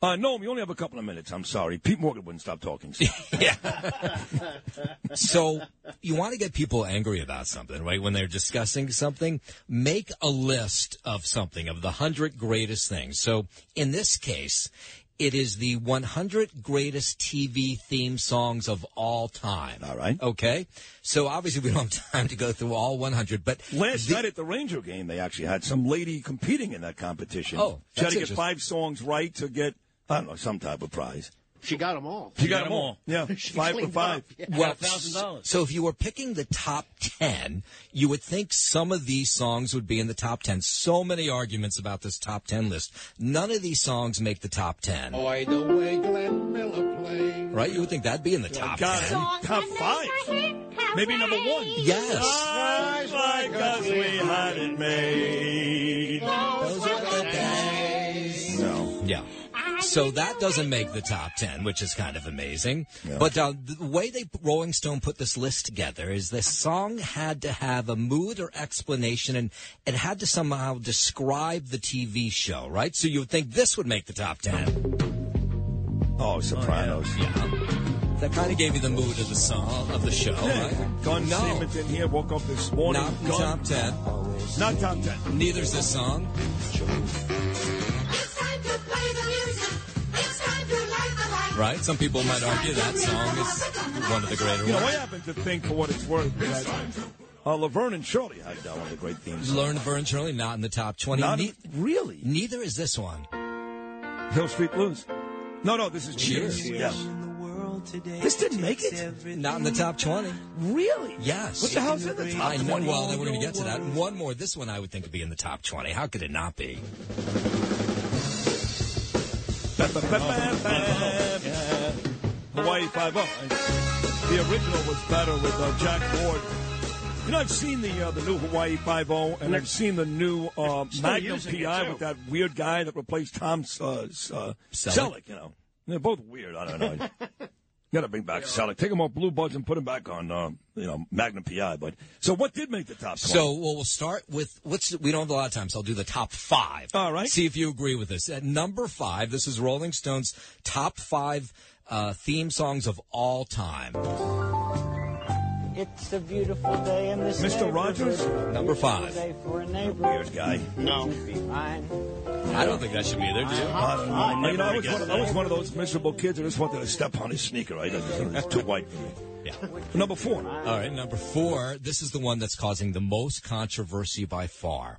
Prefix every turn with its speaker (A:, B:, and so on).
A: Uh, no, we only have a couple of minutes. I'm sorry. Pete Morgan wouldn't stop talking. So.
B: yeah. so you want to get people angry about something, right? When they're discussing something, make a list of something of the hundred greatest things. So in this case, it is the 100 greatest TV theme songs of all time.
A: All right.
B: Okay. So obviously we don't have time to go through all 100, but
A: Last night at the Ranger game, they actually had some lady competing in that competition. she had
B: Oh, that's
A: to get
B: interesting.
A: five songs right to get I don't know some type of prize.
C: She got them all.
A: She got them all. Yeah,
C: She
A: five for
C: cleaned
A: five.
C: up, yeah.
B: well,
D: $1,000.
B: So if you were picking the top 10, you would think some of these songs would be in the top 10. So many arguments about this top 10 list. None of these songs make the top 10.
A: Oh,
C: Boy, the way Glenn Miller played.
B: Right? You would think that'd be in the top
A: God,
B: 10.
A: top five, maybe number one.
B: Yes.
A: Eyes like us, we had it made. No.
B: Oh, Yeah. So that doesn't make the top 10, which is kind of amazing. But uh, the way they Rolling Stone put this list together is the song had to have a mood or explanation and it had to somehow describe the TV show, right? So you would think this would make the top 10.
A: Oh, Sopranos.
B: Yeah. That kind of gave you the mood of the song of the show, right?
A: Gun
B: no.
A: Simmons in here woke up this morning.
B: Not the
A: Gun-
B: top 10.
A: Not top ten.
B: Neither's this song. Right? Some people might argue that song is one of the greater
A: You know, I
B: ones.
A: happen to think, for what it's worth, that uh, Laverne and Shirley had uh, one of the great themes.
B: Learn to burn Shirley, not in the top 20.
A: Not
B: Ne-
A: really.
B: Neither is this one.
A: Hill Street Blues. No, no, this is
B: Cheers.
A: Yeah. This didn't make it.
B: Not in the top 20.
A: Really?
B: Yes.
A: What the hell's in the top
B: I know.
A: 20?
B: Well, then we're going to get to that. One more. This one I would think would be in the top 20. How could it not be?
A: Hawaii Five O. The original was better with uh, Jack Ford. You know, I've seen the uh, the new Hawaii Five O, and I've seen the new uh, Magnum
D: using it,
A: PI
D: too.
A: with that weird guy that replaced Tom uh, S- uh,
B: Selleck?
A: Selleck. You know, they're both weird. I don't know. Got to bring back Selleck. Take them off Blue Buds and put them back on, uh, you know, Magnum PI. But so, what did make the top? 20?
B: So, well, we'll start with what's. We don't have a lot of time, so I'll do the top five.
A: All right.
B: See if you agree with this. At number five, this is Rolling Stone's top five uh, theme songs of all time.
E: It's a beautiful day in this
A: Mr. Rogers?
E: neighborhood.
B: Number five.
E: Day for a neighbor.
A: weird guy.
C: No.
E: Fine.
B: I don't think that should be there, do you?
A: I don't know. you know, I was, one, I was one of those miserable kids who just wanted to step on his sneaker. I didn't- it's too white.
B: Yeah.
A: Number four.
B: All right. Number four. This is the one that's causing the most controversy by far.